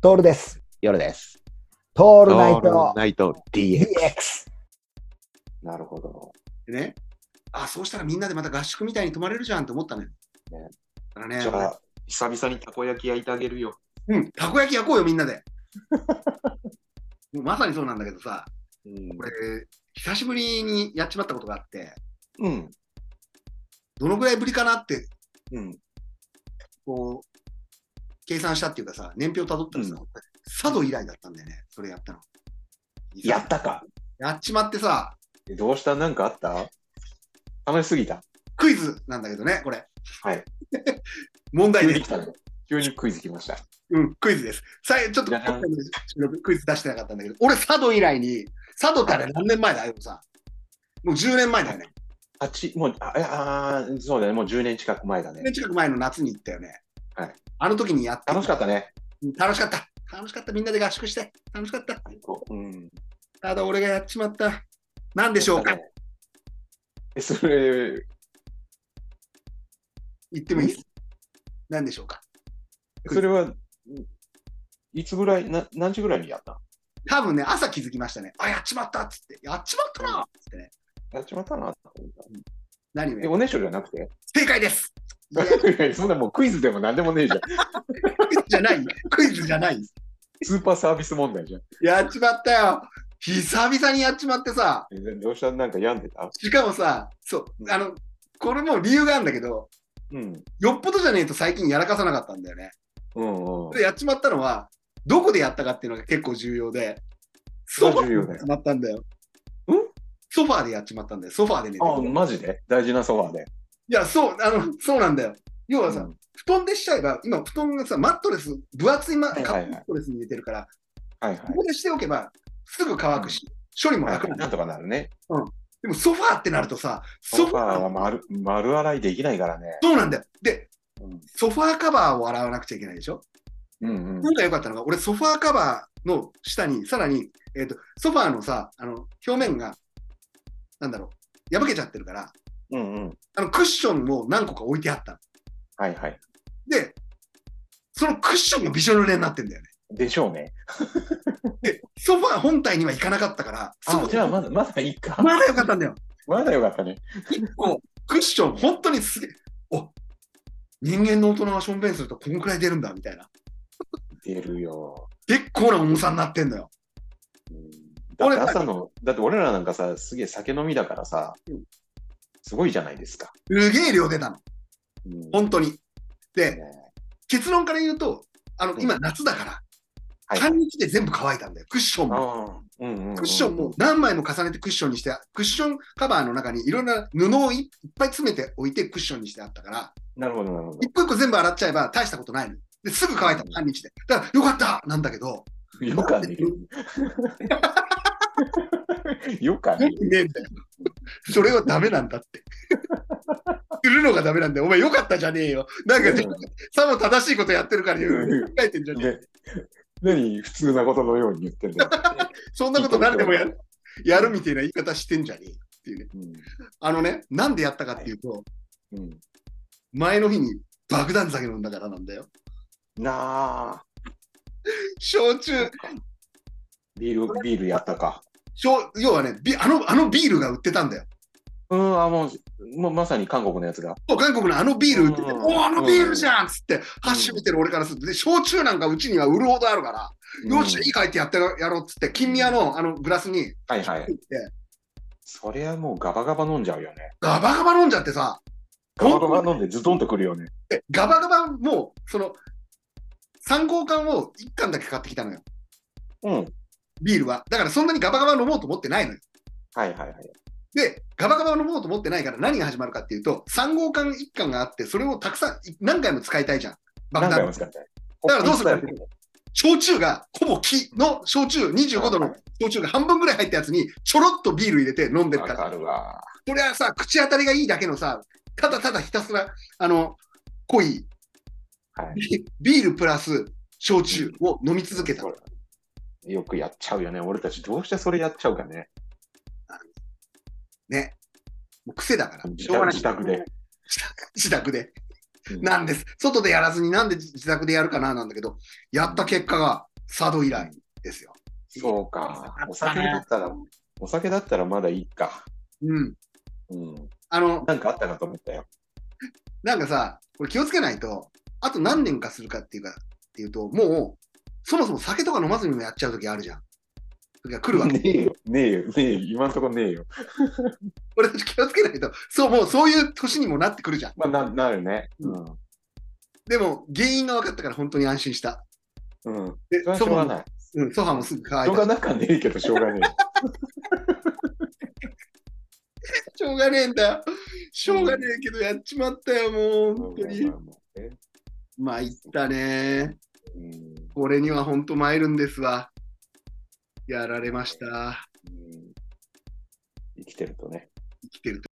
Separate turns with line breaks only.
トールです。
夜です。
ト
オ
ールナイト
ナイト DX。
DX。
なるほど。
でね、あ、そうしたらみんなでまた合宿みたいに泊まれるじゃんと思ったのよ。
ね
だからね、
じゃあ、久々にたこ焼き焼いてあげるよ。
うん、たこ焼き焼こうよ、みんなで。 もうまさにそうなんだけどさ、
うん
これ、久しぶりにやっちまったことがあって、
うん。
どのぐらいぶりかなって、
うん。
こう、計算したっていうかさ、年表たどったらさ、
う
佐渡以来だったんだよね、それやったの。
やったか。
やっちまってさ、
どうしたなんかあった楽しすぎた。
クイズなんだけどね、これ。
はい。
問題
急
で
に
す
来。たね。急にクイズ来ました。
うん、クイズです。さいちょっと
じゃじゃん
クイズ出してなかったんだけど、俺、佐渡以来に、佐渡ってあれ何年前だよ、さん。もう10年前だよね。
八もう、あ、ああー、そうだね。もう10年近く前だ
10
ね
年。近く前の夏に行ったよね。
はい。
あの時にやって
楽しかったね。
うん楽しかった。楽しかった。みんなで合宿して。楽しかった。
最高。うん。
ただ俺がやっちまった。何でしょうか
え、それ、
言ってもいいです。何でしょうか
それは、いつぐらい、な何時ぐらいにやった
多分ね、朝気づきましたね。あ、やっちまったっつって。やっちまったなっつってね。
やっちまったな。
何を
え、
やる
おねしょじゃなくて
正解です。い や
そんなもうクイズでも何でもねえじゃん。
クイズじゃない。クイズじゃない。
スーパーサービス問題じゃん。
やっちまったよ。久々にやっちまってさ。
えどうしたなんか病んでた
しかもさ、そう、あの、これも理由があるんだけど、
うん。
よっぽどじゃねえと最近やらかさなかったんだよね。
うんうん。
で、やっちまったのは、どこでやったかっていうのが結構重要で、
そ
ソ
れ
ファー
は重要
で
だ
やっ
よ
ちまったんだよ。
ん
ソファーでやっちまったんだよ。ソファーで寝て
あ、
る。
マジで大事なソファーで。
いや、そう、あの、そうなんだよ。要はさ、
うん
布団でしちゃえば、今、布団がさ、マットレス、分厚いマ,、
はいはいはい
マットレスに寝てるから、
はいはい
こ。こでしておけば、すぐ乾くし、処理も楽な
は
い
なんとかなるね。
でも、ソファーってなるとさ、
ソ
ソ
フ
フ
ァ
ァー、
ーは丸丸洗いできないからね。
そうなんだよ。で、
うん
ソファーカバーを洗わなくちゃいけないでしょ。
うんうん
今回良かったのが、俺、ソファーカバーの下に、さらに、えっとソファーのさあの、表面が、なんだろう、破けちゃってるから、
うんうん。
あのクッションを何個か置いてあったの。
はいはい。
で、そのクッションがびしょ濡れになってんだよね。
でしょうね。
で、ソファー本体には行かなかったから、ソフ
あ、
ァ
じ
ー
ゃあまだまだいいか。
まだ良かったんだよ。
まだよかったね。
1個、クッション、本当にすげえ、お人間の大人がしょんべんするとこんくらい出るんだ、みたいな。
出るよ。
結構な重さになってんのよ。
うんだっ
俺
て朝の、だって俺らなんかさ、すげえ酒飲みだからさ
うん、
すごいじゃないですか。
すげえ量出たの、
うん
本当に。で、
ね
結論から言うと、あの
うん
今、夏だから、
はい
半日で全部乾いたんだよ、クッションも。
あーうんうんうん
クッションも何枚も重ねてクッションにして、クッションカバーの中にいろんな布をいいっぱい詰めておいてクッションにしてあったから、
なるほど、なるほど。
一個一個全部洗っちゃえば大したことないの。ですぐ乾いた
う、ん
半日で。だから、よかったなんだけど、
よかね。よか
よ
ね。
くねえんだよ。 それはダメなんだって。するのがダメなんだよ。お前よかったじゃねえよ。なんかね、さも正しいことやってるから言う。書いてんじゃねえよ
で、何普通なことのように言ってんだよ。
そんなこと誰でもやるやるみたいな言い方してんじゃねえよっていうね。
うん
あのね、なんでやったかっていうと、
うん
前の日に爆弾酒飲んだからなんだよ。
なあ、
焼酎、
ビール、ビールやったか。
焼要はねビ、あの、あのビールが売ってたんだよ。
うん、あ、もう、もうまさに韓国のやつが。
そう韓国のあのビール売ってて、
うん
おーあのビールじゃんっつって、ハッシュ見てる俺からすると、で、焼酎なんかうちには売るほどあるから、よし、いいかいってやってやろうっつって、金宮のあのグラスに、
はいはい。そりゃもうガバガバ飲んじゃうよね。
ガバガバ飲んじゃってさ、
ガバガバ飲んでズドンとくるよね。
でガバガバもう、その、3号缶を1缶だけ買ってきたのよ、
うん。
ビールは。だからそんなにガバガバ飲もうと思ってないのよ
はいはいはい。
で、ガバガバ飲もうと思ってないから何が始まるかっていうと、3号缶1缶があって、それをたくさんい何回も使いたいじゃん。爆
何回
弾
も。使って。
だからどうする
北海道
焼酎がほぼ木の焼酎、25度の焼酎が半分ぐらい入ったやつにちょろっとビール入れて飲んでるか
わ
ら、
かるわ。
それはさ、口当たりがいいだけのさ、ただただひたすら、あの、濃い
はい。
ビビールプラス焼酎を飲み続けた。
よくやっちゃうよね。俺たちどうしてそれやっちゃうかね。
ね。もう癖だから。
自
しょうがない
宅自宅で。
自宅で。
うん
なんです。外でやらずになんで自宅でやるかななんだけど、やった結果が、佐渡以来ですよ。
そうか。お
だ
酒
ね
だったら、お酒だったらまだいいか。
うん。
うん。
あの、
なんかあったかと思ったよ。
なんかさ、これ気をつけないと、あと何年かするかっていうか、っていうと、もう、そもそも酒とか飲まずにもやっちゃう時あるじゃん。時が来るわ
ね
け。
えよ。ねえよ。ねえよ。今んとこねえよ。
俺たち気をつけないと、そう、もうそういう年にもなってくるじゃん。
まあ、な、なるね。うん。
でも、原因が分かったから本当に安心した。
うん。
で
それはし
ソ
ょ
フ
う
ァ
が
も
ない。
うん、ソファもすぐ乾
し
い
ょう
た
が。なかねえけど、しょうが ね
しょうがねえんだよ。しょうがねえけど、やっちまったよ、もう、本
え。
当に。
え
まあ、いったね。
うん
これには本当参るんですわ。やられました。
うん生きてるとね。
生きてると。